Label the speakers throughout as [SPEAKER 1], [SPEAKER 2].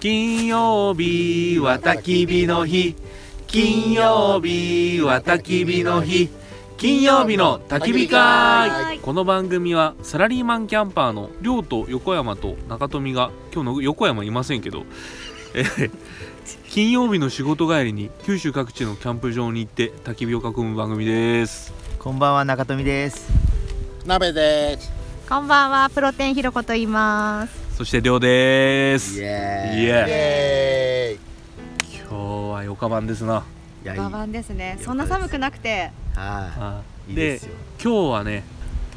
[SPEAKER 1] 金曜日は焚き火の日金曜日は焚き火の日金曜日の焚き火会この番組はサラリーマンキャンパーの亮と横山と中富が今日の横山いませんけどえー金曜日の仕事帰りに九州各地のキャンプ場に行って焚き火を囲む番組です
[SPEAKER 2] こんばんは中富です。
[SPEAKER 3] 鍋です。
[SPEAKER 4] こんばんは、プロテインひろこと言います。
[SPEAKER 1] そして亮です
[SPEAKER 2] イ
[SPEAKER 1] 今
[SPEAKER 2] エーイ。
[SPEAKER 1] イエーイ
[SPEAKER 3] エーイ。
[SPEAKER 1] 日はヨカ版ですない
[SPEAKER 2] やいい。
[SPEAKER 4] バ
[SPEAKER 2] は
[SPEAKER 4] バンですね
[SPEAKER 2] い。
[SPEAKER 4] そんな寒くなくて、
[SPEAKER 2] い。いい
[SPEAKER 1] で
[SPEAKER 2] ですよ。
[SPEAKER 1] 今日はね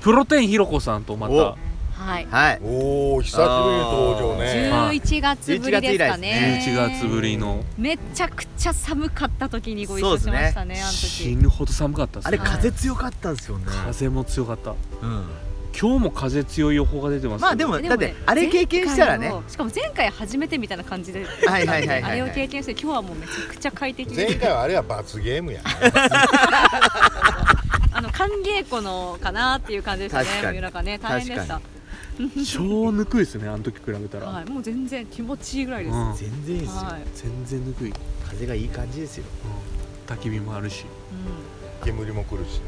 [SPEAKER 1] プロテインひろこさんとま
[SPEAKER 2] お
[SPEAKER 1] た
[SPEAKER 4] はい。
[SPEAKER 2] はい。
[SPEAKER 3] おお、久しぶりの登場ね。
[SPEAKER 4] 11月ぶりですかね。
[SPEAKER 1] 11月ぶりの
[SPEAKER 4] めちゃくちゃ寒かった時にご一緒しましたね、あの
[SPEAKER 1] 死
[SPEAKER 4] 時。
[SPEAKER 1] ぬほど寒かったです
[SPEAKER 2] あ
[SPEAKER 1] ね
[SPEAKER 2] れ風強かったんですよね。
[SPEAKER 1] 風も強かった
[SPEAKER 2] うん。
[SPEAKER 1] 今日も風強い予報が出てますけど
[SPEAKER 2] まあでもだって
[SPEAKER 4] ね
[SPEAKER 2] あれ経験したらね
[SPEAKER 4] 前。回のしかも前回初めてみたいな感じで、
[SPEAKER 2] はいはいはい
[SPEAKER 4] あ
[SPEAKER 2] はい
[SPEAKER 4] れを
[SPEAKER 2] は
[SPEAKER 4] 経
[SPEAKER 2] い。
[SPEAKER 4] 験して、今日はもうめちゃくちゃ快適
[SPEAKER 3] 前
[SPEAKER 4] で、
[SPEAKER 3] 回はあれは罰ゲームや。
[SPEAKER 4] あの寒稽古のかなっていう感じでした
[SPEAKER 2] 確
[SPEAKER 4] ね、
[SPEAKER 2] かに
[SPEAKER 4] 夜中ね、大変でした。
[SPEAKER 1] 超ぬくいですねあの時比べたら、
[SPEAKER 4] はい、もう全然気持ちいいぐらいです。
[SPEAKER 1] うん、
[SPEAKER 2] 全然いいですよ。
[SPEAKER 4] はい。
[SPEAKER 1] 全然ぬくい、うん
[SPEAKER 2] 風がいい感じですよ。
[SPEAKER 1] 焚き火もあるし
[SPEAKER 4] うん
[SPEAKER 3] 煙も来るし。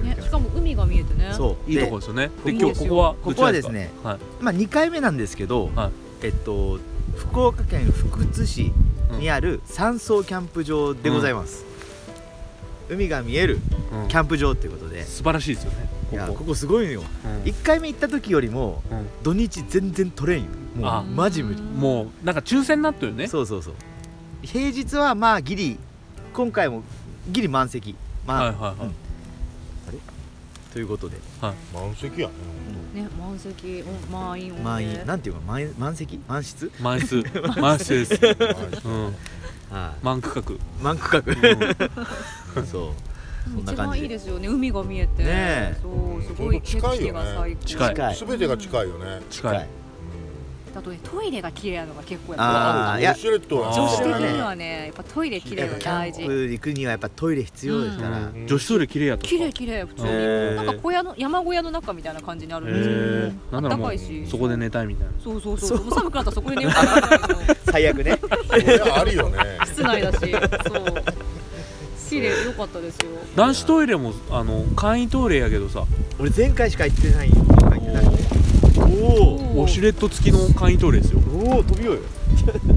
[SPEAKER 4] ね、しかも海が見えてね。
[SPEAKER 2] そう。
[SPEAKER 1] いいとこ
[SPEAKER 2] で
[SPEAKER 1] ですよねで
[SPEAKER 2] ここ
[SPEAKER 1] 今日ここは
[SPEAKER 2] ここは
[SPEAKER 1] どちらか
[SPEAKER 2] ですね
[SPEAKER 1] はい
[SPEAKER 2] まあ2回目なんですけど
[SPEAKER 1] はい、
[SPEAKER 2] えっと福岡県福津市にある山荘キャンプ場でございます。海が見える
[SPEAKER 1] うん
[SPEAKER 2] キャンプ場ということで。
[SPEAKER 1] 素晴らしいですよね
[SPEAKER 2] いや
[SPEAKER 1] ここ
[SPEAKER 2] ここすごいのよ。
[SPEAKER 1] うん
[SPEAKER 2] 1回目行った時よりも
[SPEAKER 1] うん
[SPEAKER 2] 土日全然取れんよも
[SPEAKER 1] あ
[SPEAKER 2] うマジ無理
[SPEAKER 1] もうなんか抽選になったよね
[SPEAKER 2] そうそうそう平日はまあギリ今回もギリ満席まあ、
[SPEAKER 1] はいはいはい、
[SPEAKER 2] うんということで
[SPEAKER 3] 満席やね。
[SPEAKER 4] ね、満席、お満員御礼。
[SPEAKER 2] 満員なんていうか満員満席満室
[SPEAKER 1] 枚数枚数です、うん、
[SPEAKER 2] は
[SPEAKER 1] 満区画、
[SPEAKER 2] い満区
[SPEAKER 1] う
[SPEAKER 2] 画 そうそんな
[SPEAKER 4] 一
[SPEAKER 2] 感
[SPEAKER 4] 番
[SPEAKER 2] じ
[SPEAKER 4] いい
[SPEAKER 2] で
[SPEAKER 4] ですよね、海が見えて。
[SPEAKER 2] ねえ
[SPEAKER 4] そう、すごい景色が最高。
[SPEAKER 1] 近い
[SPEAKER 2] 近い
[SPEAKER 3] すべてが近いよね
[SPEAKER 1] ん、。近い
[SPEAKER 4] あとね、トイレが綺麗なのが結構やっぱ。
[SPEAKER 2] あーい
[SPEAKER 3] いや。
[SPEAKER 2] や
[SPEAKER 3] ウォシュレットは
[SPEAKER 4] 女
[SPEAKER 1] 女子
[SPEAKER 4] 子的
[SPEAKER 2] 的
[SPEAKER 4] に
[SPEAKER 2] に
[SPEAKER 4] はね、やっぱトイレ綺麗
[SPEAKER 2] やっ
[SPEAKER 4] が
[SPEAKER 2] ぱキャ
[SPEAKER 4] 大事
[SPEAKER 2] ン。プ行くにはやっぱトイレ必要ですから、
[SPEAKER 3] うん
[SPEAKER 1] 女子トイレ綺麗やった
[SPEAKER 4] 綺麗綺麗、普通
[SPEAKER 1] へ
[SPEAKER 2] ー
[SPEAKER 4] に。なんか小屋の、山小屋の中みたいな感じにあるんで
[SPEAKER 1] へ
[SPEAKER 4] す
[SPEAKER 1] え
[SPEAKER 4] け
[SPEAKER 1] なんなら
[SPEAKER 4] ど。あった
[SPEAKER 1] も
[SPEAKER 4] か
[SPEAKER 1] う
[SPEAKER 4] いし。
[SPEAKER 1] そこで寝たいみたいな
[SPEAKER 4] そうそうそう、もう寒くなったら、そこで寝ようかなみたいな。
[SPEAKER 2] 最悪ね
[SPEAKER 3] それはあるよね。
[SPEAKER 4] 室内だし。そう。綺麗、良かったですよ。
[SPEAKER 1] 男子トイレもあの簡易トイレやけどさ
[SPEAKER 2] 俺前回しか行ってない今回行ってないおー
[SPEAKER 4] おー
[SPEAKER 1] ウォシュレット付きの簡易トイレですよ
[SPEAKER 2] おお飛びようよ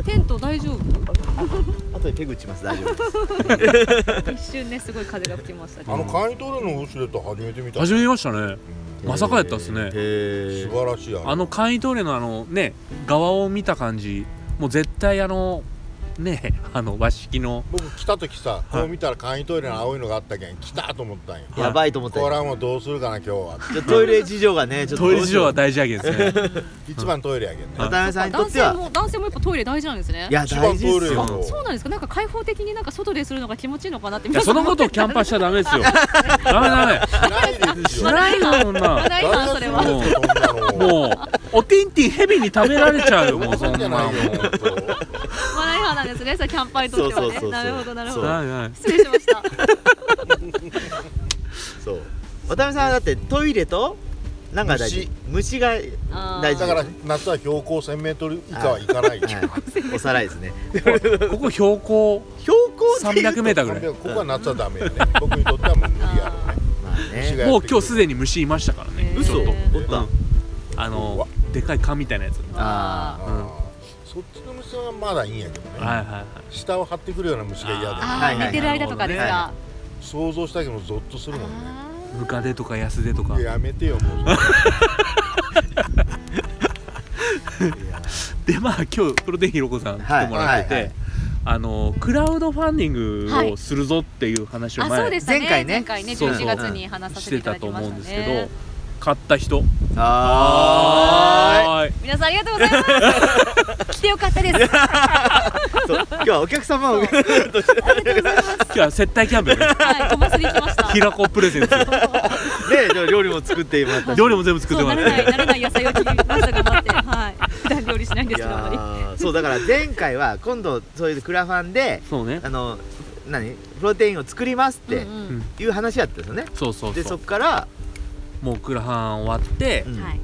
[SPEAKER 4] テント大丈夫。
[SPEAKER 2] あとでペグ打ちます大丈夫です
[SPEAKER 4] 一瞬ね、すごい風が吹きましたけど
[SPEAKER 3] あの簡易トイレのウォシュレット初めて見た。
[SPEAKER 1] 初めましたね
[SPEAKER 3] うん
[SPEAKER 1] まさかやったっすね
[SPEAKER 2] へ
[SPEAKER 3] 素
[SPEAKER 2] え
[SPEAKER 3] 晴らしいあれ
[SPEAKER 1] あの簡易トイレのあのね側を見た感じもう絶対あのねあの和式の
[SPEAKER 3] 僕来た時さ、こう見たら簡易トイレの青いのがあったけん、来たと思ったんよ。
[SPEAKER 2] やばいと思った
[SPEAKER 3] こ
[SPEAKER 2] よ
[SPEAKER 3] れはもうどうするかな今日は。
[SPEAKER 2] じゃあトイレ事情がねちょっと
[SPEAKER 1] トイレ事情は大事やけんですね
[SPEAKER 3] 一番トイレやけんね。
[SPEAKER 2] 渡辺さんにと
[SPEAKER 4] 男
[SPEAKER 2] って
[SPEAKER 4] 性
[SPEAKER 2] は
[SPEAKER 4] も男性もやっぱトイレ大事なんですね
[SPEAKER 2] いや
[SPEAKER 3] 一番
[SPEAKER 2] 大
[SPEAKER 3] ト
[SPEAKER 2] 事
[SPEAKER 3] イ
[SPEAKER 2] で
[SPEAKER 3] レ
[SPEAKER 2] す
[SPEAKER 3] や
[SPEAKER 2] よ
[SPEAKER 3] ろ
[SPEAKER 4] そうなんですかなんか開放的になんか外でするのが気持ちいいのかなって
[SPEAKER 1] いやそのことをキャンパーしちゃダメですよダメダメ
[SPEAKER 3] ないです
[SPEAKER 1] し
[SPEAKER 3] よ。
[SPEAKER 1] ないのそんな
[SPEAKER 4] ないなそれは
[SPEAKER 3] 誰がするんですかそんなの
[SPEAKER 1] もうおてんてんヘビに食べられちゃうよもうそんなもん
[SPEAKER 3] よ。
[SPEAKER 4] マナイハーなんですねさキャンパーにとっては
[SPEAKER 2] そうそうそうそう
[SPEAKER 4] ねなるほどなるほ
[SPEAKER 2] そう
[SPEAKER 4] ど
[SPEAKER 1] ないない
[SPEAKER 4] 失礼しました
[SPEAKER 2] そう渡辺さんはだってトイレとなんか大事虫が
[SPEAKER 4] あー
[SPEAKER 2] 大
[SPEAKER 3] だ
[SPEAKER 2] 事
[SPEAKER 3] から夏は標高1000メートル以下は行かない。
[SPEAKER 2] はい おさらいですね
[SPEAKER 1] ここ標高
[SPEAKER 2] 標高っていうと
[SPEAKER 1] 300メーターぐらい
[SPEAKER 3] 300ここは夏はダメよね。僕にとってはもう無理やろうね。
[SPEAKER 2] まあ
[SPEAKER 3] 虫
[SPEAKER 2] ね
[SPEAKER 3] が
[SPEAKER 1] もう今日すでに虫いましたからね
[SPEAKER 4] へー
[SPEAKER 2] 嘘
[SPEAKER 4] えー
[SPEAKER 2] おった
[SPEAKER 1] うんあのでかい蚊みたいなやつは
[SPEAKER 2] あ
[SPEAKER 3] あーそっちの虫はまだいいんやけど
[SPEAKER 1] いはい
[SPEAKER 3] ね。
[SPEAKER 1] はい
[SPEAKER 3] 下を張ってくるような虫が嫌だ。
[SPEAKER 4] あ
[SPEAKER 2] は
[SPEAKER 4] ー
[SPEAKER 2] いはい
[SPEAKER 4] 寝てる間とかです
[SPEAKER 2] な
[SPEAKER 4] か
[SPEAKER 3] 想像したけどゾッとするもんね。
[SPEAKER 1] ムカデとかヤスデとか
[SPEAKER 3] いややめてよもう。
[SPEAKER 1] でまあ今日プロテインひろこさん来てもらってて、
[SPEAKER 2] はいはいはい
[SPEAKER 1] あのクラウドファンディングをするぞっていう話を
[SPEAKER 4] あ
[SPEAKER 1] 前、
[SPEAKER 4] そうでしたね
[SPEAKER 2] 前回ね
[SPEAKER 4] 前回ね
[SPEAKER 1] そうそう
[SPEAKER 4] 11月に話さ
[SPEAKER 1] し
[SPEAKER 4] せて
[SPEAKER 1] て
[SPEAKER 4] いた
[SPEAKER 1] た
[SPEAKER 4] だき
[SPEAKER 1] と
[SPEAKER 4] ま
[SPEAKER 1] 思う
[SPEAKER 4] し
[SPEAKER 1] ん
[SPEAKER 4] た
[SPEAKER 1] ですけど、
[SPEAKER 4] ね
[SPEAKER 1] 買った人
[SPEAKER 2] ーあ
[SPEAKER 1] はーい
[SPEAKER 4] 皆さんありがとうございます来 てよかったです
[SPEAKER 2] ーそう今日はお客様を
[SPEAKER 4] ありがとうございます
[SPEAKER 1] 今日は接待キャン プね
[SPEAKER 4] はい飛ばすに来ました
[SPEAKER 1] 平子プレゼンツ
[SPEAKER 2] ねじゃあ料理も作ってもらったし
[SPEAKER 1] 料理も全部作っ
[SPEAKER 4] そ
[SPEAKER 1] て
[SPEAKER 4] う
[SPEAKER 1] も
[SPEAKER 4] 慣
[SPEAKER 1] ら
[SPEAKER 4] れ
[SPEAKER 1] っ
[SPEAKER 4] ない
[SPEAKER 1] て
[SPEAKER 4] 慣れない野菜を切りました頑張ってはい 普段料理しないんで
[SPEAKER 2] い
[SPEAKER 4] すけどあんまり
[SPEAKER 2] やーそうだから前回は今度そういうクラファンで
[SPEAKER 1] そうね
[SPEAKER 2] あの何プロテインを作りますって
[SPEAKER 4] うん
[SPEAKER 1] うん
[SPEAKER 2] いう話だったんですよね
[SPEAKER 1] そうそう
[SPEAKER 2] で
[SPEAKER 1] そ
[SPEAKER 2] そうっから
[SPEAKER 1] もうクラハン終わって、
[SPEAKER 2] うん
[SPEAKER 4] はい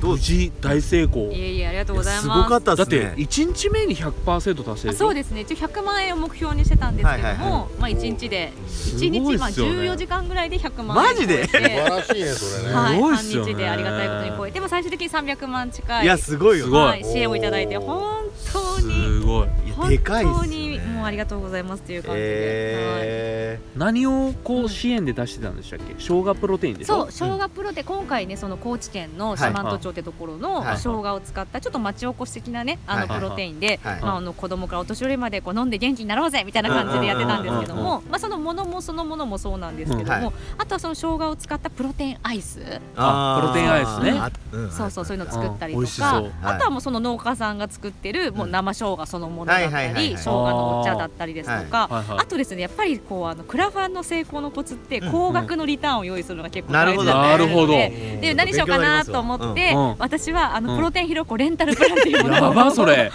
[SPEAKER 2] どう
[SPEAKER 1] 無事大成功
[SPEAKER 4] いえいえありがとうございます
[SPEAKER 2] すごかった
[SPEAKER 1] だ
[SPEAKER 2] で
[SPEAKER 1] っ
[SPEAKER 2] すね
[SPEAKER 1] て1日目に100%達成
[SPEAKER 4] あ
[SPEAKER 1] でしょ
[SPEAKER 4] そうですね一応100万円を目標にしてたんですけども、
[SPEAKER 2] はいはいは
[SPEAKER 4] まあ1日です1日
[SPEAKER 1] ごいっ
[SPEAKER 4] まあ
[SPEAKER 1] すよね
[SPEAKER 4] 14時間ぐらいで100万円
[SPEAKER 2] マジで
[SPEAKER 4] 超えて
[SPEAKER 3] 素晴 らしいねそれね、
[SPEAKER 4] はい、
[SPEAKER 1] すごいっ
[SPEAKER 4] 半
[SPEAKER 1] すよね
[SPEAKER 4] 日でありがたいことに超えて、まあ、最終的に300万近い
[SPEAKER 2] いやすごいよ
[SPEAKER 1] すごい
[SPEAKER 4] はい、支援をいただいて
[SPEAKER 3] おー
[SPEAKER 4] 本当に
[SPEAKER 1] すごい
[SPEAKER 2] いや
[SPEAKER 4] 本
[SPEAKER 2] でかいっすよ
[SPEAKER 4] 当に
[SPEAKER 2] ね
[SPEAKER 4] もうありがとうございますっていう感じで、
[SPEAKER 2] え
[SPEAKER 1] 何をこう支援で出してたんでしたっけ生姜プロテイン
[SPEAKER 4] はい、
[SPEAKER 1] でし
[SPEAKER 4] そ
[SPEAKER 1] ょ
[SPEAKER 4] う生姜プロで今回ねその高知県の四万十町ってところの
[SPEAKER 2] はい
[SPEAKER 4] 生姜を使ったちょっと町おこし的なねあの
[SPEAKER 2] はい
[SPEAKER 4] プロテインで、
[SPEAKER 2] はい
[SPEAKER 4] まあ、あの子供からお年寄りまでこう飲んで元気になろうぜみたいな感じでやってたんですけども、まあ、そのものもそのものもそうなんですけども、
[SPEAKER 2] うんはい
[SPEAKER 4] あとはその生姜を使ったプロテインアイス、
[SPEAKER 1] あプロテインアイスね
[SPEAKER 2] あん
[SPEAKER 4] そうそうそういうのを作ったり
[SPEAKER 1] うん
[SPEAKER 4] と
[SPEAKER 1] 美味しそ
[SPEAKER 4] か、
[SPEAKER 1] う
[SPEAKER 2] はい
[SPEAKER 4] あとはもうその農家さんが作ってるもう生生姜そのもの
[SPEAKER 2] はい
[SPEAKER 4] だった
[SPEAKER 2] はいはいは
[SPEAKER 4] り
[SPEAKER 2] い
[SPEAKER 4] 生姜のお茶だったりですとか、
[SPEAKER 1] はいはい
[SPEAKER 4] あとですねやっぱりこうあのクラファンの成功のコツって
[SPEAKER 2] うん
[SPEAKER 4] 高額のリターンを用意するのが結構
[SPEAKER 2] な
[SPEAKER 4] 大
[SPEAKER 2] る
[SPEAKER 4] 事
[SPEAKER 2] ほ
[SPEAKER 4] だ
[SPEAKER 2] ど
[SPEAKER 4] ったりするので
[SPEAKER 1] なる
[SPEAKER 2] ほど
[SPEAKER 4] で何しようかなと思って、
[SPEAKER 1] うんうん
[SPEAKER 4] 私はあ
[SPEAKER 1] う
[SPEAKER 4] の
[SPEAKER 1] ん
[SPEAKER 4] プロテインひろこレンタルプランっていうもの
[SPEAKER 1] や
[SPEAKER 4] を
[SPEAKER 1] ばそ れ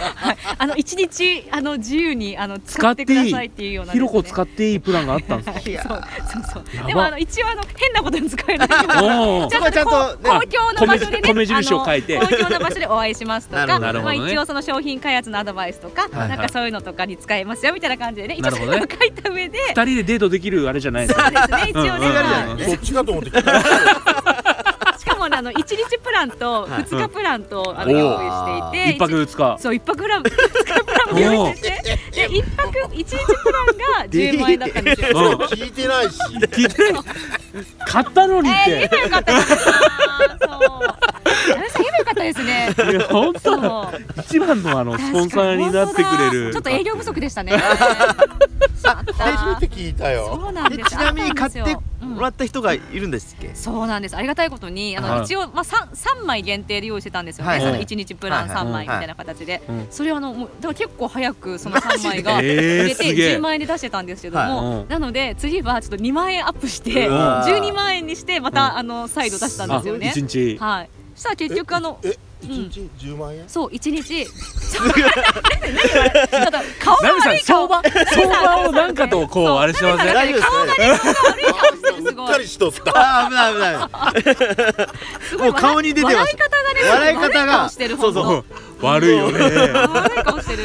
[SPEAKER 4] あの一日あの自由にあの使ってくださいっていうような
[SPEAKER 1] ひろこ使
[SPEAKER 4] っ
[SPEAKER 1] っていいプランがあったんです
[SPEAKER 4] は
[SPEAKER 1] か
[SPEAKER 4] い、そうそう
[SPEAKER 1] や
[SPEAKER 4] そう
[SPEAKER 1] ば
[SPEAKER 4] でもあの一応あの変なことに使えないように
[SPEAKER 1] おお
[SPEAKER 4] ちゃんと
[SPEAKER 2] そこはちゃんと
[SPEAKER 4] 公共の場所でね
[SPEAKER 1] あ米印を書いて
[SPEAKER 4] あの公共の場所でお会いしますと
[SPEAKER 2] なる
[SPEAKER 4] か
[SPEAKER 2] ほどな
[SPEAKER 1] るほ
[SPEAKER 4] ま
[SPEAKER 1] ど
[SPEAKER 4] あ、
[SPEAKER 1] ね
[SPEAKER 4] 一応その商品開発のアドバイスとか、
[SPEAKER 1] はい
[SPEAKER 4] なんかそういうのとかに使えますよみたいな感じでね一
[SPEAKER 1] な
[SPEAKER 4] 応
[SPEAKER 1] る
[SPEAKER 4] そう
[SPEAKER 1] ほど
[SPEAKER 4] い
[SPEAKER 1] ね
[SPEAKER 4] うの書いた上で、
[SPEAKER 1] 二人でデートできるあれじゃないです
[SPEAKER 4] そ
[SPEAKER 1] か
[SPEAKER 4] うですね一応
[SPEAKER 1] うんう
[SPEAKER 4] ね、
[SPEAKER 1] んうん
[SPEAKER 4] はい
[SPEAKER 1] うん
[SPEAKER 3] そっちかと思って聞いたら
[SPEAKER 4] しかもねあの1日プランと
[SPEAKER 2] はい
[SPEAKER 4] 2日プランと、あ
[SPEAKER 1] おー
[SPEAKER 4] の用意していて
[SPEAKER 1] 一泊二日
[SPEAKER 4] そう一泊プラン二日プランも用意しててで一泊一日プランが10万円だったんで すよ。
[SPEAKER 1] うん
[SPEAKER 3] 聞いてないし
[SPEAKER 1] 聞いてない買ったのにっ
[SPEAKER 4] えー、言え
[SPEAKER 1] て
[SPEAKER 4] ばよかったですね。そう。やめさん言えばよかったですね。
[SPEAKER 1] いや本
[SPEAKER 4] そ
[SPEAKER 1] 当
[SPEAKER 4] う。
[SPEAKER 1] 一番のあのスポンサーになってくれる
[SPEAKER 4] ちょっと営業不足でしたね。しまった
[SPEAKER 3] 初めて聞いたよ
[SPEAKER 4] そうなん
[SPEAKER 2] え
[SPEAKER 4] です。
[SPEAKER 2] ちなみに買って
[SPEAKER 4] うん
[SPEAKER 2] もらった人がいるんですっけ
[SPEAKER 4] そうなんですありがたいことにあの、
[SPEAKER 1] はい
[SPEAKER 4] 一応、まあ、3, 三枚限定で用意してたんですよね、
[SPEAKER 2] はい
[SPEAKER 4] その1日プラン
[SPEAKER 2] はい
[SPEAKER 1] はい
[SPEAKER 4] 3枚みたいな形で、
[SPEAKER 1] うん
[SPEAKER 4] それはあのもうだから結構早くその3枚が
[SPEAKER 1] マジで
[SPEAKER 4] 売
[SPEAKER 1] えー
[SPEAKER 4] れて
[SPEAKER 1] すげえ
[SPEAKER 4] 10万円で出してたんですけども、
[SPEAKER 1] はいうん
[SPEAKER 4] なので次はちょっと2万円アップして
[SPEAKER 1] うわ
[SPEAKER 2] ー
[SPEAKER 4] 12万円にしてまた、あの再度出したんですよね
[SPEAKER 1] あ。一日
[SPEAKER 4] はい、そしたら結局あの
[SPEAKER 3] え一日10万円
[SPEAKER 4] そう一日そう何何何顔が
[SPEAKER 1] ナミさん
[SPEAKER 4] 悪い顔
[SPEAKER 1] 相場相場をなんかとこうあれしてません
[SPEAKER 2] 大丈夫ですね
[SPEAKER 4] す
[SPEAKER 3] う
[SPEAKER 4] ご
[SPEAKER 3] っ
[SPEAKER 4] い
[SPEAKER 3] かりしとった
[SPEAKER 2] あー危ない危ない
[SPEAKER 4] すごい
[SPEAKER 2] もう顔に出てま
[SPEAKER 4] 笑い
[SPEAKER 2] し
[SPEAKER 4] 方がね
[SPEAKER 2] 笑い方が
[SPEAKER 4] 悪い顔してる
[SPEAKER 2] そうそう
[SPEAKER 4] 本
[SPEAKER 1] 悪いよ
[SPEAKER 4] 当
[SPEAKER 1] ね
[SPEAKER 4] 悪い顔してる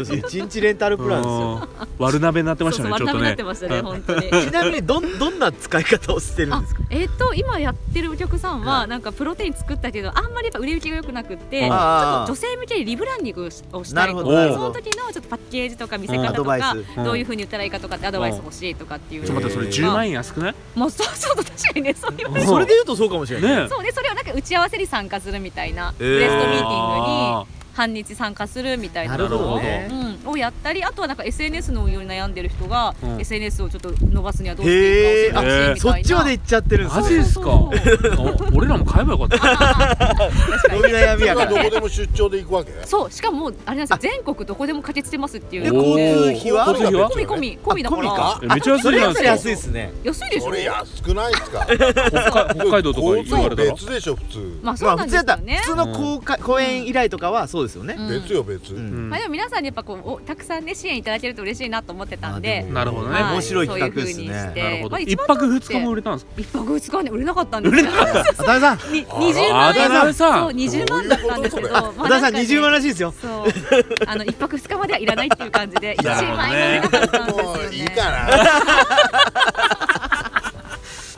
[SPEAKER 2] 一日レンタルプランですよ
[SPEAKER 1] うん悪鍋になってましたね
[SPEAKER 4] そう
[SPEAKER 1] ちょ
[SPEAKER 4] そう
[SPEAKER 1] っとね
[SPEAKER 4] 丸めなってましたね本当 に
[SPEAKER 2] ちなみにどんどんな使い方をしてるん
[SPEAKER 4] あ
[SPEAKER 2] ですか
[SPEAKER 4] えっ、と今やってるお客さん
[SPEAKER 2] は
[SPEAKER 4] はなんかプロテイン作ったけどあんまりやっぱ売れ行きが良くなくってちょっと
[SPEAKER 2] あー
[SPEAKER 4] 女性向けにリブランディングをした
[SPEAKER 2] ないる
[SPEAKER 4] と
[SPEAKER 2] ほ
[SPEAKER 4] か
[SPEAKER 2] ど
[SPEAKER 1] おー
[SPEAKER 2] なる
[SPEAKER 4] そ
[SPEAKER 2] ほ
[SPEAKER 4] の
[SPEAKER 2] ど
[SPEAKER 4] 時のちょっとパッケージとか見せ
[SPEAKER 1] うん
[SPEAKER 4] 方
[SPEAKER 2] ア
[SPEAKER 4] と
[SPEAKER 2] ドバイ
[SPEAKER 4] か
[SPEAKER 2] ス
[SPEAKER 1] うん
[SPEAKER 4] どういう風に売ったらいいかとかってアドバイス欲しいとかっていう
[SPEAKER 1] ちょっと待ってそれ
[SPEAKER 2] えー
[SPEAKER 1] 10万円安くない
[SPEAKER 4] もうそうそう確かにねそう言わ
[SPEAKER 1] うん
[SPEAKER 4] れる
[SPEAKER 2] それで言うとそうかもしれない
[SPEAKER 1] ね
[SPEAKER 4] そうねそれをなんか打ち合わせに参加するみたいな
[SPEAKER 2] え
[SPEAKER 4] プ
[SPEAKER 2] ー
[SPEAKER 4] レストミーティングに半日参加するみたいな
[SPEAKER 2] なるほど
[SPEAKER 1] なる
[SPEAKER 2] ね
[SPEAKER 4] うん、をやったりあとはなんか SNS の運用に悩んでる人が、
[SPEAKER 1] うん
[SPEAKER 4] SNS をちょっと伸ばすにはどうしてい
[SPEAKER 2] へ
[SPEAKER 4] い
[SPEAKER 2] え
[SPEAKER 4] か
[SPEAKER 2] あ
[SPEAKER 4] を教えてほしいみたいな、
[SPEAKER 2] そっちまで行っちゃってるんです
[SPEAKER 1] マ
[SPEAKER 2] ね
[SPEAKER 1] ジですか
[SPEAKER 4] そうそ
[SPEAKER 1] お俺らも買えばよか った
[SPEAKER 2] 伸び悩みや
[SPEAKER 3] 今
[SPEAKER 2] か
[SPEAKER 3] どこ
[SPEAKER 2] ら
[SPEAKER 3] でも出張で行くわけ
[SPEAKER 4] そうしかもあれなんですよ全国どこでも駆けつけますっていう
[SPEAKER 2] え
[SPEAKER 4] ので
[SPEAKER 2] 交通費は
[SPEAKER 1] 交通費は
[SPEAKER 4] 込み込み込みだか
[SPEAKER 2] あ
[SPEAKER 4] ら
[SPEAKER 2] 込
[SPEAKER 1] えめっちゃ安いじ
[SPEAKER 2] そ
[SPEAKER 1] ゃ
[SPEAKER 2] れ
[SPEAKER 1] ない
[SPEAKER 2] や
[SPEAKER 1] で
[SPEAKER 2] った
[SPEAKER 1] す
[SPEAKER 2] ら
[SPEAKER 1] か
[SPEAKER 2] 安いですね
[SPEAKER 4] 安いでし
[SPEAKER 3] そ
[SPEAKER 4] ょ
[SPEAKER 3] れ安くないですか
[SPEAKER 1] 北海北海道とか
[SPEAKER 3] 交
[SPEAKER 1] 言わ
[SPEAKER 3] 通
[SPEAKER 1] れたら
[SPEAKER 3] 別でしょ普通
[SPEAKER 4] まあ
[SPEAKER 2] ま
[SPEAKER 4] そう
[SPEAKER 2] あ
[SPEAKER 4] なん
[SPEAKER 2] 普
[SPEAKER 4] で
[SPEAKER 2] 通
[SPEAKER 4] すよ
[SPEAKER 2] やったら
[SPEAKER 4] ね
[SPEAKER 2] 普、通の公開公演依頼とかはそうですよね
[SPEAKER 4] うん
[SPEAKER 3] 別よ別
[SPEAKER 2] うん
[SPEAKER 1] うん
[SPEAKER 4] まあ、でも皆さんにやっぱこうおたくさんね支援いただけると嬉しいなと思ってたん
[SPEAKER 2] あ
[SPEAKER 4] で
[SPEAKER 2] でも
[SPEAKER 1] なるほどね
[SPEAKER 4] はい
[SPEAKER 2] 面白い企画です
[SPEAKER 4] そういう風
[SPEAKER 2] ね
[SPEAKER 4] にして
[SPEAKER 1] なるほ
[SPEAKER 4] ま
[SPEAKER 1] ど
[SPEAKER 4] あ
[SPEAKER 1] 一
[SPEAKER 4] 一番
[SPEAKER 1] 泊二日も売れたんですか
[SPEAKER 4] 一泊二日ね売れなかったんです よ売れなかっ
[SPEAKER 2] 渡辺さ
[SPEAKER 4] 20
[SPEAKER 2] ん
[SPEAKER 1] あ
[SPEAKER 4] 万
[SPEAKER 1] ら
[SPEAKER 4] 円
[SPEAKER 1] らさ
[SPEAKER 4] そう20万だったんですけど
[SPEAKER 3] どういう
[SPEAKER 4] まあ
[SPEAKER 2] 渡辺さん
[SPEAKER 4] なんかね
[SPEAKER 2] 20万らしいですよ
[SPEAKER 4] そうあの一泊二日まではいらないっていう感じで一
[SPEAKER 1] なるほどね
[SPEAKER 4] 万円も売れなかったんです
[SPEAKER 3] も
[SPEAKER 4] よね
[SPEAKER 3] ういいかな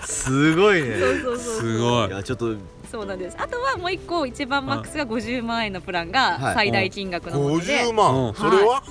[SPEAKER 2] すごい
[SPEAKER 4] そ
[SPEAKER 2] ね
[SPEAKER 4] うそうそう
[SPEAKER 1] すごい
[SPEAKER 2] いやちょっと
[SPEAKER 4] そうなんですあとはもう一個一番マックスが50万円のプランが最大金額のもので、
[SPEAKER 3] 50万、
[SPEAKER 1] うん
[SPEAKER 3] それは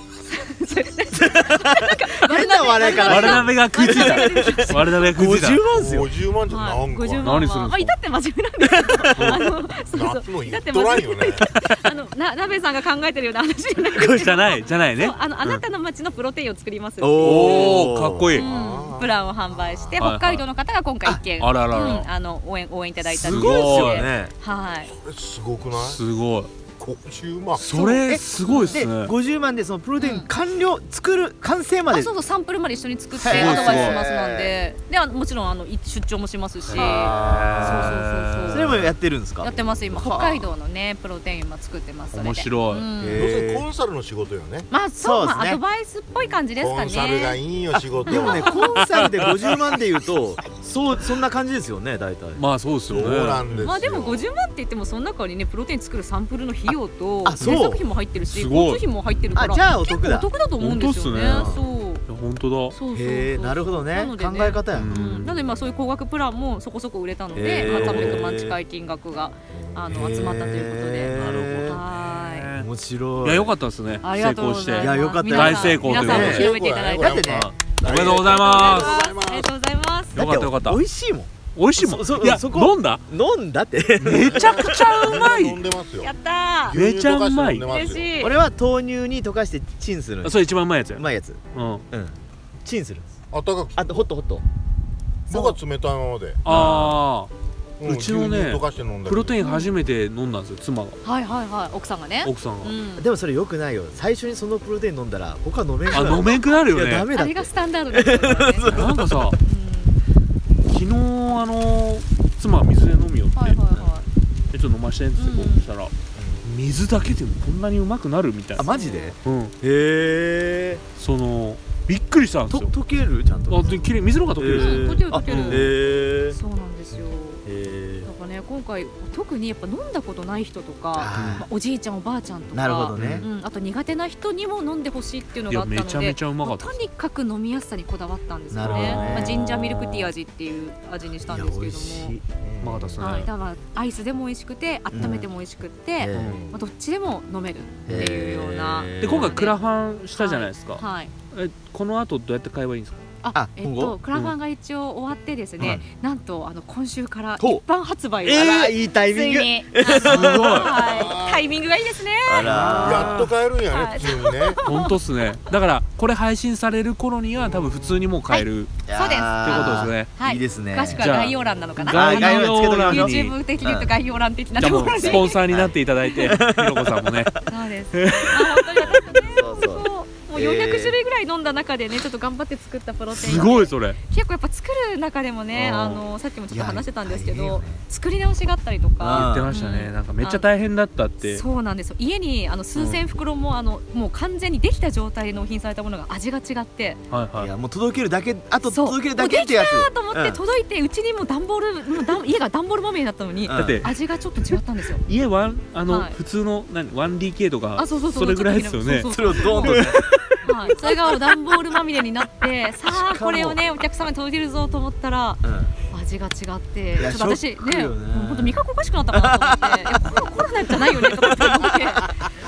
[SPEAKER 2] 変な笑いか
[SPEAKER 1] 悪
[SPEAKER 2] ら
[SPEAKER 1] 鍋が食いついた悪鍋が食いついた
[SPEAKER 2] 50万ですよ
[SPEAKER 3] 50万じゃ
[SPEAKER 4] は、
[SPEAKER 3] ないんか
[SPEAKER 4] 50
[SPEAKER 3] な、
[SPEAKER 4] 万
[SPEAKER 1] 何するんですか
[SPEAKER 4] はまあ、至って真面目なんですけどあのそう
[SPEAKER 3] 夏
[SPEAKER 4] そ
[SPEAKER 3] も
[SPEAKER 4] う
[SPEAKER 3] 言
[SPEAKER 4] 至
[SPEAKER 3] っ
[SPEAKER 4] って
[SPEAKER 3] とらん
[SPEAKER 4] 真面
[SPEAKER 3] よ
[SPEAKER 4] 目
[SPEAKER 3] ね
[SPEAKER 4] あのな鍋さんが考えてるような話じゃなくて
[SPEAKER 1] じゃないじゃないね
[SPEAKER 4] そうあのあなたの町のプロテインを作ります
[SPEAKER 1] おおかっこいい
[SPEAKER 4] うんプランを販売して
[SPEAKER 1] はいはい
[SPEAKER 4] 北海道の方が今回一件
[SPEAKER 1] ああららら
[SPEAKER 4] うんあの応援応援いただいた
[SPEAKER 1] す
[SPEAKER 4] り
[SPEAKER 1] ごいっすよ
[SPEAKER 2] ね
[SPEAKER 4] はい
[SPEAKER 3] これすごくない
[SPEAKER 1] すごい
[SPEAKER 3] 50万
[SPEAKER 1] それすごいです
[SPEAKER 2] で
[SPEAKER 1] ね
[SPEAKER 2] 50万でそのプロテイン完了作る完成ま
[SPEAKER 4] あ
[SPEAKER 2] で
[SPEAKER 4] そうそうサンプルまで一緒に作って
[SPEAKER 2] へ
[SPEAKER 1] ー
[SPEAKER 4] アドバイスしますなんでであのもちろんあのい出張もしますしそうそうそうそう
[SPEAKER 2] それもやってるんですか
[SPEAKER 4] やってます今北海道のねプロテイン今作ってますそれで
[SPEAKER 1] 面白い
[SPEAKER 4] うん
[SPEAKER 2] へ
[SPEAKER 3] 要するにコンサルの仕事よね
[SPEAKER 4] まあそう
[SPEAKER 2] そうです
[SPEAKER 4] まあ
[SPEAKER 2] ね
[SPEAKER 4] アドバイスっぽい感じです
[SPEAKER 3] コ
[SPEAKER 4] かね
[SPEAKER 3] ンサルがいいよ仕事
[SPEAKER 2] で もねコンサルで50万でいうとそうそんな感じですよね大体
[SPEAKER 1] まあそうです
[SPEAKER 3] そ
[SPEAKER 1] よね
[SPEAKER 3] うなんですよ
[SPEAKER 4] まあでも50万って言ってもその中にねプロテイン作るサンプルの費用と
[SPEAKER 2] ああそう
[SPEAKER 4] 制作費も入ってるし
[SPEAKER 1] すごい
[SPEAKER 4] 交通費も入ってるから
[SPEAKER 2] あじゃあお得
[SPEAKER 4] 結構
[SPEAKER 2] だ
[SPEAKER 4] お得だと思うんですよね
[SPEAKER 1] 本当っす
[SPEAKER 4] そう
[SPEAKER 1] いや本当だ
[SPEAKER 4] そうそうそう
[SPEAKER 2] へえなるほどね
[SPEAKER 4] なので
[SPEAKER 2] 考
[SPEAKER 4] ね
[SPEAKER 2] え方や
[SPEAKER 1] う
[SPEAKER 2] な、
[SPEAKER 1] ん
[SPEAKER 4] うん、なのでまあそういう高額プランもそこそこ売れたの
[SPEAKER 2] へ
[SPEAKER 4] で、
[SPEAKER 2] ー
[SPEAKER 4] まあ、300万近い金額があの
[SPEAKER 2] へー
[SPEAKER 4] 集まったということで。
[SPEAKER 1] なるほど
[SPEAKER 4] は
[SPEAKER 2] 面白い
[SPEAKER 1] いや良かったですね
[SPEAKER 4] い。あり
[SPEAKER 1] 成
[SPEAKER 4] がとうご
[SPEAKER 1] 功し
[SPEAKER 4] ざいます。
[SPEAKER 1] て
[SPEAKER 2] いやよかった
[SPEAKER 4] 皆さん
[SPEAKER 1] 大成功ということで
[SPEAKER 4] 皆さんも広めていただいて。
[SPEAKER 2] だってね
[SPEAKER 1] おめでとうございま
[SPEAKER 3] ありがとうございます
[SPEAKER 4] ありがとうございます。
[SPEAKER 1] よかったよかった
[SPEAKER 2] だ美味しいもん
[SPEAKER 1] す美味しいも
[SPEAKER 2] そ
[SPEAKER 1] ん
[SPEAKER 2] そ
[SPEAKER 1] いや
[SPEAKER 2] そこ
[SPEAKER 1] 飲んだ
[SPEAKER 2] 飲んだって
[SPEAKER 1] めちゃくちゃうま
[SPEAKER 3] 飲ん
[SPEAKER 1] い
[SPEAKER 3] でますよ
[SPEAKER 4] やった
[SPEAKER 1] めちゃうまい
[SPEAKER 3] 牛乳とかして飲んでますよ
[SPEAKER 4] ー。嬉しい。
[SPEAKER 2] 俺は豆乳に溶かしてチンするんです
[SPEAKER 1] それ一番うまいやつや
[SPEAKER 2] うまいやつ
[SPEAKER 1] うん
[SPEAKER 2] うんチンするんです
[SPEAKER 3] あったかく
[SPEAKER 2] あとホットホット
[SPEAKER 3] 僕は冷たいままで
[SPEAKER 1] あ
[SPEAKER 3] ん
[SPEAKER 1] うちのね
[SPEAKER 3] 牛乳溶かして飲ん
[SPEAKER 1] あ
[SPEAKER 3] だ
[SPEAKER 1] プロテイ
[SPEAKER 3] イ
[SPEAKER 1] ン初めて飲んだんですよ妻が
[SPEAKER 4] はいはいはい奥さんがね。
[SPEAKER 1] 奥さんが
[SPEAKER 4] うん。
[SPEAKER 2] でもそれよくないよ最初にそのプロテイン飲んだら他飲めんから
[SPEAKER 1] あ飲めんくなるよ
[SPEAKER 2] いや
[SPEAKER 1] ね
[SPEAKER 2] ダメだ
[SPEAKER 4] あ
[SPEAKER 2] っ
[SPEAKER 4] れ
[SPEAKER 2] て
[SPEAKER 4] がスタンダードですよね。
[SPEAKER 1] なんかさ昨日あの妻が水で飲みよって
[SPEAKER 4] うんはいはいは
[SPEAKER 1] でちょっと飲ましてんっつってこ
[SPEAKER 4] うん
[SPEAKER 1] うしたら水だけでもこんなにうまくなるみたい
[SPEAKER 2] あ
[SPEAKER 1] な
[SPEAKER 2] マジで
[SPEAKER 1] うん
[SPEAKER 2] へえ
[SPEAKER 1] そのびっくりしたんで
[SPEAKER 2] と
[SPEAKER 1] すよ
[SPEAKER 2] 溶けるちゃんと
[SPEAKER 1] あで綺麗水の方が溶ける
[SPEAKER 4] へーうん溶ける溶ける
[SPEAKER 2] あへえ
[SPEAKER 4] い。そうなんですよ。
[SPEAKER 2] へ
[SPEAKER 4] なんかね今回特にやっぱ飲んだことない人とか、
[SPEAKER 2] あー
[SPEAKER 4] まあおじいちゃんおばあちゃんとか。
[SPEAKER 2] なるほどね
[SPEAKER 4] うん、あと苦手な人にも飲んでほしいっていうの
[SPEAKER 1] い
[SPEAKER 4] があ
[SPEAKER 1] やめ
[SPEAKER 4] ったので
[SPEAKER 1] ちゃめちゃうまかった
[SPEAKER 4] もうとにかく飲みやすさにこだわったんですよ
[SPEAKER 2] なる
[SPEAKER 4] ね
[SPEAKER 2] ほどね
[SPEAKER 4] まあ、ジンジャーミルクティー味っていう味にしたんですけども
[SPEAKER 2] いう
[SPEAKER 1] まかったっすね
[SPEAKER 4] はい、だからアイスでも美味しくて温めても美味しくって、
[SPEAKER 2] うん
[SPEAKER 4] まあ、どっちでも飲めるっていうような、
[SPEAKER 2] へー
[SPEAKER 1] で今回クラファンしたじゃないですか、
[SPEAKER 4] はい
[SPEAKER 1] えこの後どうやって買えばいいんですか
[SPEAKER 4] あ
[SPEAKER 2] あ
[SPEAKER 4] えっ
[SPEAKER 2] 今後
[SPEAKER 4] と、クラファンが一応終わってですね、
[SPEAKER 1] はい
[SPEAKER 4] なんとあの今週から
[SPEAKER 2] ほう
[SPEAKER 4] 一般発売を、
[SPEAKER 2] えーいいタイ
[SPEAKER 4] つ
[SPEAKER 2] ミン
[SPEAKER 4] い
[SPEAKER 2] グ
[SPEAKER 4] にあの
[SPEAKER 1] すごい
[SPEAKER 4] はい、タイミングがいいですね
[SPEAKER 2] あら
[SPEAKER 3] やっと買えるんや
[SPEAKER 4] は
[SPEAKER 3] ね
[SPEAKER 4] い
[SPEAKER 3] 普通 にね
[SPEAKER 1] 本当っすねだからこれ配信される頃には多分普通にもう買える、
[SPEAKER 4] そ
[SPEAKER 1] っ
[SPEAKER 4] うです
[SPEAKER 1] てことですね
[SPEAKER 4] はい
[SPEAKER 2] いいですね
[SPEAKER 4] 詳しくは
[SPEAKER 1] じゃあ
[SPEAKER 4] 概要欄なのかな
[SPEAKER 2] あー概要欄につけときましょう
[SPEAKER 4] YouTube 的に言うと概要欄的な
[SPEAKER 1] じゃあ
[SPEAKER 4] と
[SPEAKER 1] も
[SPEAKER 4] こ
[SPEAKER 1] う
[SPEAKER 4] ろに
[SPEAKER 1] スポンサーになっていただいて、ひろこさんもね
[SPEAKER 4] そうです。あ本当に私もね、
[SPEAKER 2] そうそう
[SPEAKER 4] そうもう
[SPEAKER 2] えー
[SPEAKER 4] 400種類ぐらい飲んだ中でね、ちょっと頑張って作ったプロテイン。
[SPEAKER 1] すごい。それ
[SPEAKER 4] 結構やっぱ作る中でもね、
[SPEAKER 1] うん
[SPEAKER 4] あのさっきもちょっと話してたんですけ
[SPEAKER 2] いやいや
[SPEAKER 4] ど
[SPEAKER 2] 大変よね、
[SPEAKER 4] 作り直しがあったりと
[SPEAKER 1] 言
[SPEAKER 2] う
[SPEAKER 4] か。
[SPEAKER 1] ってましたね
[SPEAKER 4] うん
[SPEAKER 1] なんかめっちゃ大変だったって
[SPEAKER 4] そうなんですよ家にあの数千袋も、あのもう完全にできた状態で納品されたものが味が違って
[SPEAKER 1] はいはいい
[SPEAKER 2] やもう届けるだけあと
[SPEAKER 4] そう
[SPEAKER 2] 届けるだけってやつ
[SPEAKER 4] あーと思って届いて、うちにもう段ボールもう段家が段ボールまみれになったのに、
[SPEAKER 2] うん
[SPEAKER 1] だって
[SPEAKER 4] 味がちょっと違ったんですよ
[SPEAKER 1] 家はあの、
[SPEAKER 4] はい
[SPEAKER 1] 普通の何 1DK とか
[SPEAKER 4] あそうそうそう
[SPEAKER 1] れぐらいですよね
[SPEAKER 4] そうそう
[SPEAKER 2] それをドーンとね
[SPEAKER 4] はい、それが段ボールまみれになってさあこれをねお客様に届けるぞと思ったら味が違って
[SPEAKER 2] いや
[SPEAKER 4] ちょっと私
[SPEAKER 2] ショック
[SPEAKER 4] ね
[SPEAKER 2] よね
[SPEAKER 4] 本当味覚おかしくなったかなと思っていやコロコロナじゃないよねとかって思っ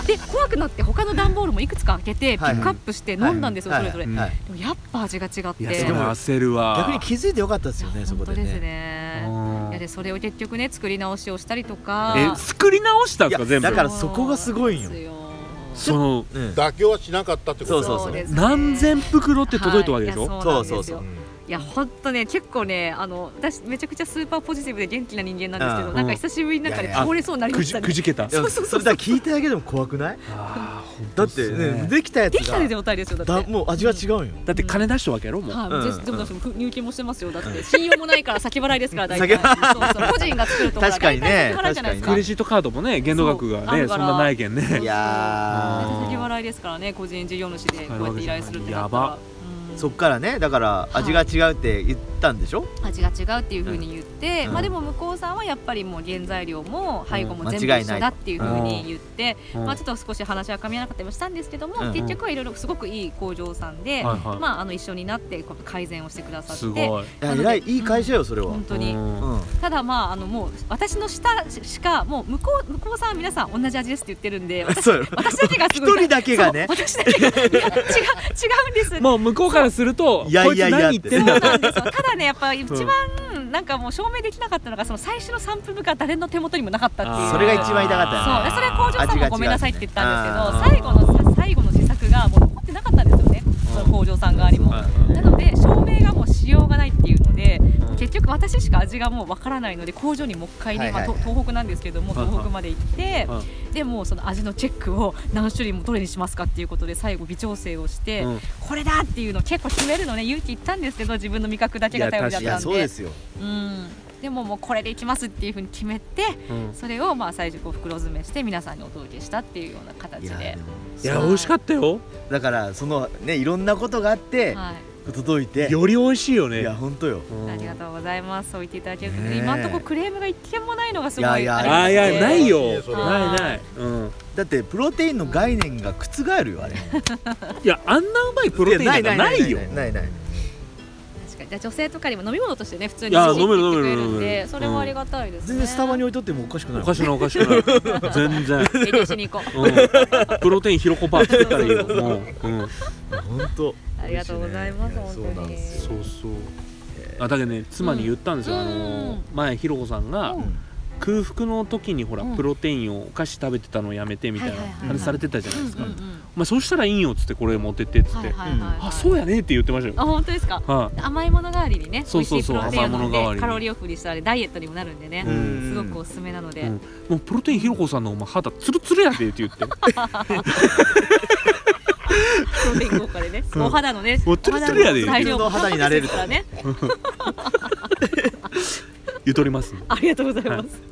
[SPEAKER 4] てで怖くなって他の段ボールもいくつか開けてピ
[SPEAKER 2] はい
[SPEAKER 4] ックアップして飲んだんですよ、
[SPEAKER 2] はい
[SPEAKER 4] それぞれ、
[SPEAKER 1] うん
[SPEAKER 2] はい
[SPEAKER 4] でもやっぱ味が違って
[SPEAKER 1] い
[SPEAKER 4] い
[SPEAKER 1] や
[SPEAKER 4] や
[SPEAKER 1] それ
[SPEAKER 2] でも
[SPEAKER 1] 焦るわ
[SPEAKER 2] 逆に気づいてよかったですよねそこ
[SPEAKER 4] 本当
[SPEAKER 2] で
[SPEAKER 4] です
[SPEAKER 2] ね
[SPEAKER 4] ねいや
[SPEAKER 1] う
[SPEAKER 4] でそれを結局ね作り直しをしたりとか
[SPEAKER 1] んえ作り直したんですか
[SPEAKER 2] いや
[SPEAKER 1] 全部
[SPEAKER 2] だからそこがすごいんよ
[SPEAKER 4] そうですよ
[SPEAKER 1] その
[SPEAKER 2] うん
[SPEAKER 3] 妥協はしなかったってことだ
[SPEAKER 2] そうそうそう
[SPEAKER 4] ですね
[SPEAKER 1] 何千袋って届いたわけでしょ、
[SPEAKER 4] はいいやそうなんですよ
[SPEAKER 2] そうそうそう
[SPEAKER 4] いや本当ね結構ねあの私めちゃくちゃスーパーポジティブで元気な人間なんですけど、
[SPEAKER 2] うん
[SPEAKER 4] なんか久しぶりになんか
[SPEAKER 2] い
[SPEAKER 4] ね
[SPEAKER 2] やいや
[SPEAKER 4] 倒れそうになりま
[SPEAKER 1] く
[SPEAKER 4] し
[SPEAKER 1] じ
[SPEAKER 4] た
[SPEAKER 1] く
[SPEAKER 4] ね。
[SPEAKER 1] じけた
[SPEAKER 2] でもそれだけ聞いただけでも怖くない
[SPEAKER 1] あーほん
[SPEAKER 2] だ
[SPEAKER 1] と
[SPEAKER 2] って
[SPEAKER 1] す
[SPEAKER 2] ねできたやつ
[SPEAKER 4] できた
[SPEAKER 2] が
[SPEAKER 4] 状態ですよだっ
[SPEAKER 2] だ
[SPEAKER 4] て。
[SPEAKER 2] もう味が違うんよ
[SPEAKER 1] だって金出したわけやろもう、
[SPEAKER 4] はい、
[SPEAKER 2] うん
[SPEAKER 4] ぜでも私も入金もしてますよだって信用もないから先払いですから大体
[SPEAKER 2] 先払
[SPEAKER 4] そうそう個人が作るとほら
[SPEAKER 2] 確かにね
[SPEAKER 4] 大体先払いじゃないで
[SPEAKER 1] ク
[SPEAKER 4] す
[SPEAKER 2] 確か
[SPEAKER 4] か
[SPEAKER 2] に
[SPEAKER 1] レジットカードもね限度額が
[SPEAKER 4] そうあ
[SPEAKER 1] ね
[SPEAKER 4] る
[SPEAKER 1] そ
[SPEAKER 4] か
[SPEAKER 1] ん
[SPEAKER 4] ら
[SPEAKER 1] なないけんね
[SPEAKER 2] いや
[SPEAKER 4] 大
[SPEAKER 2] ー
[SPEAKER 4] 体先払いですからね個人事業主でこうやって依頼するってなった
[SPEAKER 1] やば
[SPEAKER 4] らうん
[SPEAKER 2] そっからねだから味が違うって言ったんでしょ
[SPEAKER 4] 味が違うっていうふうに言って、
[SPEAKER 2] うん
[SPEAKER 4] まあでも向こうさんはやっぱりもう原材料も配合も全部
[SPEAKER 2] 間違い
[SPEAKER 4] 一
[SPEAKER 2] ない
[SPEAKER 4] 緒だっていうふうに言って、
[SPEAKER 1] うん
[SPEAKER 4] まあ、ちょっと少し話はかみ合わなかったりもしたんですけども、
[SPEAKER 2] うん
[SPEAKER 4] 結局はいろいろすごくいい工場さんで、
[SPEAKER 1] はいはい
[SPEAKER 4] まあ、あの一緒になってこう改善をしてくださって
[SPEAKER 1] すごい
[SPEAKER 2] いや
[SPEAKER 4] なので
[SPEAKER 2] 偉いいい会社よそれは
[SPEAKER 4] 本当
[SPEAKER 1] う
[SPEAKER 4] に
[SPEAKER 1] ん
[SPEAKER 2] うん
[SPEAKER 4] ただまああのもう私の下しかもう向こう向こうさんは皆さん同じ味ですって言ってる んで私
[SPEAKER 2] そうよ
[SPEAKER 4] 私だけがすごい
[SPEAKER 2] 一人だけがね
[SPEAKER 4] そう私だけがいや違う違うんです
[SPEAKER 1] もう向こうからすると
[SPEAKER 2] いやいやいや
[SPEAKER 1] こいつ何言ってんだ
[SPEAKER 4] そうなんですよただねやっぱ一番なんかもう証明できなかったのがその最初のサンプルが誰の手元にもなかったっていう
[SPEAKER 2] それが一番痛かった
[SPEAKER 4] そう
[SPEAKER 2] よね
[SPEAKER 4] でそれは工場さん
[SPEAKER 2] 味が
[SPEAKER 4] も
[SPEAKER 2] 違う
[SPEAKER 4] ごめんなさいって言ったん
[SPEAKER 1] し
[SPEAKER 4] ですけど最後のさ最後の試作がもう残ってなかったんですよね
[SPEAKER 1] うん
[SPEAKER 4] その工場さん側にも
[SPEAKER 1] はい
[SPEAKER 4] なので照明がもうしようがないっていうので
[SPEAKER 1] うん
[SPEAKER 4] 結局私しか味がもうわからないので工場にもう一回ね
[SPEAKER 2] はいはい
[SPEAKER 4] 今と東北なんですけども
[SPEAKER 1] はいはい
[SPEAKER 4] 東北まで行って
[SPEAKER 1] は
[SPEAKER 4] でもうその味のチェックを何種類もどれにしますかっていうことで最後微調整をして
[SPEAKER 1] うん
[SPEAKER 4] これだっていうのを結構決めるのね勇気いったんですけど自分の味覚だけが頼りだっ
[SPEAKER 1] い
[SPEAKER 2] い
[SPEAKER 4] た
[SPEAKER 2] や
[SPEAKER 4] ん
[SPEAKER 2] そうで
[SPEAKER 4] です
[SPEAKER 2] よ
[SPEAKER 4] うんでももうこれでいきますっていうふうに決めて
[SPEAKER 1] うん
[SPEAKER 4] それをまあ最初こう袋詰めして皆さんにお届けしたっていうような形
[SPEAKER 2] いや
[SPEAKER 4] で
[SPEAKER 2] でも
[SPEAKER 1] いや美味しかったよ
[SPEAKER 2] だからそのねいろんなことがあって
[SPEAKER 4] は
[SPEAKER 2] 届いて
[SPEAKER 1] より美味しいよ
[SPEAKER 2] いや
[SPEAKER 1] ね
[SPEAKER 2] 本当よ
[SPEAKER 1] う
[SPEAKER 4] い、
[SPEAKER 1] ん
[SPEAKER 4] ありがとうございますそう言っていただけると、
[SPEAKER 2] ねえ
[SPEAKER 4] 今のところクレームが一件もないのがすごい
[SPEAKER 2] いやいや
[SPEAKER 1] あ
[SPEAKER 4] あ
[SPEAKER 1] い
[SPEAKER 4] りがた
[SPEAKER 1] や
[SPEAKER 4] くて
[SPEAKER 1] ない
[SPEAKER 3] い
[SPEAKER 1] よ
[SPEAKER 3] やそれ
[SPEAKER 1] ないないうん
[SPEAKER 2] だってプロテインの概念が覆るよあれ
[SPEAKER 1] いやあんなうまいプロテインなんかないよ
[SPEAKER 2] ないない
[SPEAKER 4] 確かにじゃあ女性とかにも飲み物としてね普通
[SPEAKER 1] い
[SPEAKER 4] に
[SPEAKER 1] や
[SPEAKER 4] 飲み物
[SPEAKER 1] 飲
[SPEAKER 4] く
[SPEAKER 1] め
[SPEAKER 4] れ
[SPEAKER 1] る飲め
[SPEAKER 4] る
[SPEAKER 1] る飲める
[SPEAKER 4] んでそれもありがたいです、ね
[SPEAKER 2] 全然スタバに置いとってもおかしくない
[SPEAKER 1] おかしくないおかしくない全然
[SPEAKER 4] 営業しに行こう
[SPEAKER 1] うんプロテインひろこパー作ったらいい よもううん
[SPEAKER 2] 本当
[SPEAKER 4] ありがとうございます
[SPEAKER 2] 美味しね
[SPEAKER 4] 本当に
[SPEAKER 2] そうなんですよ
[SPEAKER 1] うそうあだけどね妻に言ったんですよ、
[SPEAKER 4] うん
[SPEAKER 1] あ
[SPEAKER 4] う
[SPEAKER 1] の
[SPEAKER 4] ん
[SPEAKER 1] 前ひろこさんが
[SPEAKER 4] うん
[SPEAKER 1] 空腹の時にほら、
[SPEAKER 4] うん
[SPEAKER 1] プロテインをお菓子食べてたのをやめてみたいな
[SPEAKER 4] はいはいはい
[SPEAKER 2] はい
[SPEAKER 1] 話されてたじゃないですか、
[SPEAKER 4] うんうんうん
[SPEAKER 1] まあ、そうしたらいいんよっつってこれ持ってってっつって、
[SPEAKER 4] はいはいはいはい、
[SPEAKER 1] あそうやねって言ってましたよ
[SPEAKER 4] あ本当ですか
[SPEAKER 1] はい、
[SPEAKER 4] 甘いもの代わりにね
[SPEAKER 1] そうそうそう
[SPEAKER 4] 美味しいプロテインを
[SPEAKER 1] 甘
[SPEAKER 4] 飲ん
[SPEAKER 1] いもの代わり
[SPEAKER 4] で
[SPEAKER 1] に
[SPEAKER 4] カロリーオフにしたりダイエットにもなるんでね、
[SPEAKER 2] うん
[SPEAKER 4] すごくおすすめなので、
[SPEAKER 1] うんもうプロテインひろこさんのお前肌ツルツルやでって言って
[SPEAKER 4] プロテイン効果でね、
[SPEAKER 1] うん
[SPEAKER 4] お肌のね
[SPEAKER 1] もうツルツルやで
[SPEAKER 4] お肌の材料も
[SPEAKER 2] 普通の肌になれると
[SPEAKER 4] タンパク質ですからね
[SPEAKER 1] 言うとります、ね、
[SPEAKER 4] ありがとうございます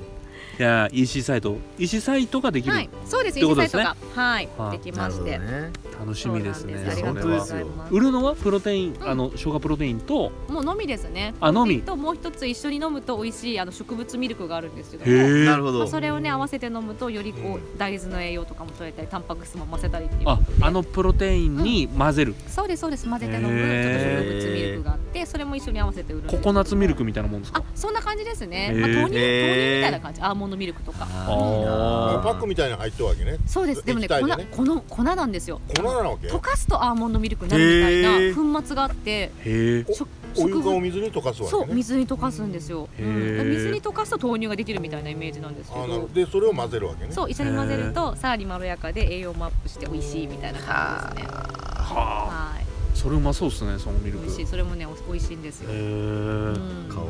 [SPEAKER 1] いやー EC サイト EC サイトができる、
[SPEAKER 4] はい、そうです
[SPEAKER 1] ってこ
[SPEAKER 4] イン
[SPEAKER 1] とで
[SPEAKER 4] サイ
[SPEAKER 1] す
[SPEAKER 4] ト
[SPEAKER 1] ね
[SPEAKER 4] がはい
[SPEAKER 1] はい
[SPEAKER 4] できまして、
[SPEAKER 2] ね
[SPEAKER 1] 楽しみですね
[SPEAKER 4] そうなん
[SPEAKER 1] それ
[SPEAKER 4] ですありがとうご
[SPEAKER 1] は
[SPEAKER 4] ざいます
[SPEAKER 1] 売るのはプロテイン、
[SPEAKER 4] ん
[SPEAKER 1] あの生姜プロテインと
[SPEAKER 4] もうのみですね
[SPEAKER 1] あのみ
[SPEAKER 4] プロテインともう一つ一緒に飲むと美味しいあの植物ミルクがあるんですけども
[SPEAKER 1] へえ
[SPEAKER 2] なるほ
[SPEAKER 4] まあ
[SPEAKER 2] ど
[SPEAKER 4] それをね合わせて飲むとよりこう大豆の栄養とかも取れたりタンパク質も混ぜたりっていう
[SPEAKER 1] ああのプロテインに混ぜる、
[SPEAKER 4] そうですそうです混ぜて飲むちょっと
[SPEAKER 1] へ
[SPEAKER 2] ー
[SPEAKER 4] 植物ミルクがあってそれも一緒に合わせて売るんです
[SPEAKER 1] コ
[SPEAKER 4] けど
[SPEAKER 1] コナッツミルクみたいなもんですか
[SPEAKER 4] あそんな感じですね、
[SPEAKER 1] へー
[SPEAKER 4] まあ、豆乳豆乳み
[SPEAKER 2] へー
[SPEAKER 4] たいな感じアーモンドミルクとか
[SPEAKER 2] あ
[SPEAKER 1] あ
[SPEAKER 3] パックみたいに入っとるわけね
[SPEAKER 4] そうですでもね
[SPEAKER 3] 液体でね
[SPEAKER 4] 粉この粉なんですよ
[SPEAKER 3] 粉なわけ
[SPEAKER 4] 溶かすとアーモンドミルクになるみた
[SPEAKER 1] へ
[SPEAKER 4] いな粉末があって
[SPEAKER 1] へえ
[SPEAKER 4] 食
[SPEAKER 3] お湯がお
[SPEAKER 4] 物
[SPEAKER 3] 水に溶かすわ
[SPEAKER 4] そう
[SPEAKER 3] けね
[SPEAKER 4] 水に溶かすんですよ、
[SPEAKER 1] へ
[SPEAKER 4] う
[SPEAKER 1] ー
[SPEAKER 4] ん、だから水に溶かすと豆乳ができるみたいなイメージなんですけ
[SPEAKER 3] あなるほ
[SPEAKER 4] ど
[SPEAKER 3] どでそれを混ぜるわけね
[SPEAKER 4] そう一緒に混ぜるとさらにまろやかで栄養もアップして美味しいみたいな感じですね
[SPEAKER 1] はあ
[SPEAKER 4] はい
[SPEAKER 1] それうまそうっすねそのミル
[SPEAKER 4] 美
[SPEAKER 1] ク
[SPEAKER 4] 味しいそれもねお美味しいんですよ、
[SPEAKER 1] へ
[SPEAKER 4] うん
[SPEAKER 2] 顔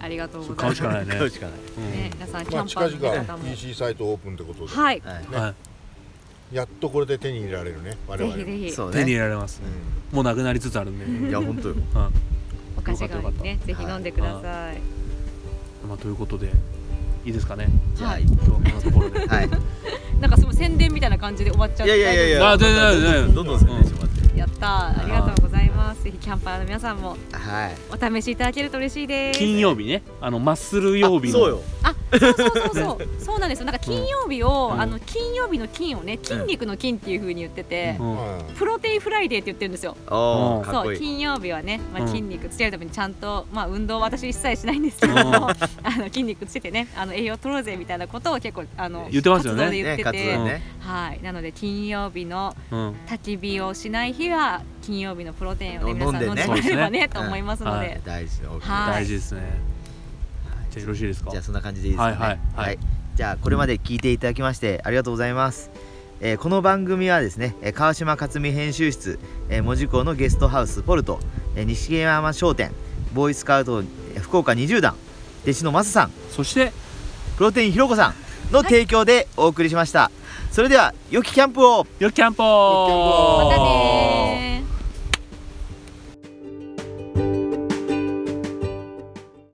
[SPEAKER 4] ありがとうござい
[SPEAKER 1] 買
[SPEAKER 4] ま
[SPEAKER 1] うし
[SPEAKER 4] す
[SPEAKER 1] か ないね
[SPEAKER 2] 買うしかない
[SPEAKER 4] ね皆さんキ
[SPEAKER 3] ま
[SPEAKER 4] ャ
[SPEAKER 3] あ
[SPEAKER 4] ンパ
[SPEAKER 3] 近
[SPEAKER 4] ーの方も
[SPEAKER 3] 々 EC サイトオープンってことで
[SPEAKER 4] はい
[SPEAKER 2] はい
[SPEAKER 1] うんは
[SPEAKER 3] やっとこれで手に入れられるね我
[SPEAKER 4] ぜ
[SPEAKER 3] 々
[SPEAKER 4] ひぜひ
[SPEAKER 2] そう
[SPEAKER 1] い手に入
[SPEAKER 2] ね
[SPEAKER 1] れられます
[SPEAKER 3] う
[SPEAKER 1] ね
[SPEAKER 3] ん
[SPEAKER 1] もうなくなりつつあるんで、
[SPEAKER 2] いや本当よ
[SPEAKER 1] は
[SPEAKER 4] お菓子代わりにねぜ
[SPEAKER 2] か
[SPEAKER 4] ひ
[SPEAKER 2] った
[SPEAKER 4] 飲んでください
[SPEAKER 1] いまあ、ということでいいですかね
[SPEAKER 2] じゃあ
[SPEAKER 4] はい
[SPEAKER 2] 今
[SPEAKER 1] 今日はこんなとこ ろで
[SPEAKER 2] はい
[SPEAKER 4] なんかすごい宣伝みたいな感じで終わっちゃっ
[SPEAKER 2] い
[SPEAKER 4] て
[SPEAKER 2] やいやいやいや
[SPEAKER 1] あ全然全然
[SPEAKER 2] どんどん宣伝してもらって
[SPEAKER 4] やったーありがとうございますぜひキャンパーの皆さんも
[SPEAKER 2] はい
[SPEAKER 4] お試しいただけると嬉しいです
[SPEAKER 1] 金曜日ねあのマッスル曜日
[SPEAKER 2] あ
[SPEAKER 1] の
[SPEAKER 2] そうよ
[SPEAKER 4] あそうそうそうそうそうなんですよなんか金曜日を、
[SPEAKER 1] うん
[SPEAKER 4] あの金曜日の金をね筋肉の筋っていう風に言ってて、
[SPEAKER 1] うん
[SPEAKER 3] うん
[SPEAKER 4] プロテインフライデーって言ってるんですよ
[SPEAKER 1] う
[SPEAKER 2] お
[SPEAKER 1] ん
[SPEAKER 2] おかっこ
[SPEAKER 4] そう
[SPEAKER 2] いい
[SPEAKER 4] 金曜日はね、ま
[SPEAKER 1] う
[SPEAKER 4] あ、
[SPEAKER 1] ん
[SPEAKER 4] 筋肉つけるためにちゃんと、まあ、運動は私一切しないんですけど、
[SPEAKER 1] うん
[SPEAKER 4] あの筋肉つけてねあの栄養取ろうぜみたいなことを結構あの
[SPEAKER 1] 言ってますよね
[SPEAKER 4] 活動で言って
[SPEAKER 2] ねカ
[SPEAKER 4] て、
[SPEAKER 2] ツだね
[SPEAKER 4] はいなので金曜日の
[SPEAKER 1] うん
[SPEAKER 4] 焚き火をしない日は金曜日のプロテインをね
[SPEAKER 2] 飲
[SPEAKER 4] 皆
[SPEAKER 2] ん
[SPEAKER 4] さん
[SPEAKER 2] 飲
[SPEAKER 4] 飲
[SPEAKER 2] ん
[SPEAKER 4] ん
[SPEAKER 2] で
[SPEAKER 4] で
[SPEAKER 2] ね
[SPEAKER 4] もらえればね
[SPEAKER 2] そうですね
[SPEAKER 4] と思いますの
[SPEAKER 1] うん
[SPEAKER 4] で、
[SPEAKER 2] 大事な大きな
[SPEAKER 4] はい
[SPEAKER 1] 大事ですね、
[SPEAKER 2] はい
[SPEAKER 1] じゃあよろしいですか
[SPEAKER 2] じゃあそんな感じでいいですかね。
[SPEAKER 1] はいはいはい
[SPEAKER 2] じゃあこれまで聞いていただきましてありがとうございます。えーこの番組はですね、えー川島克美編集室、えー門司港のゲストハウスポルト、えー西山商店、ボーイスカウトえー福岡20段、弟子のマサさん、
[SPEAKER 1] そして
[SPEAKER 2] プロテインひろこさんの提供でお送りしました。それでは良きキャンプを。
[SPEAKER 1] よきキャンポ
[SPEAKER 3] よきキャンポ
[SPEAKER 4] またねー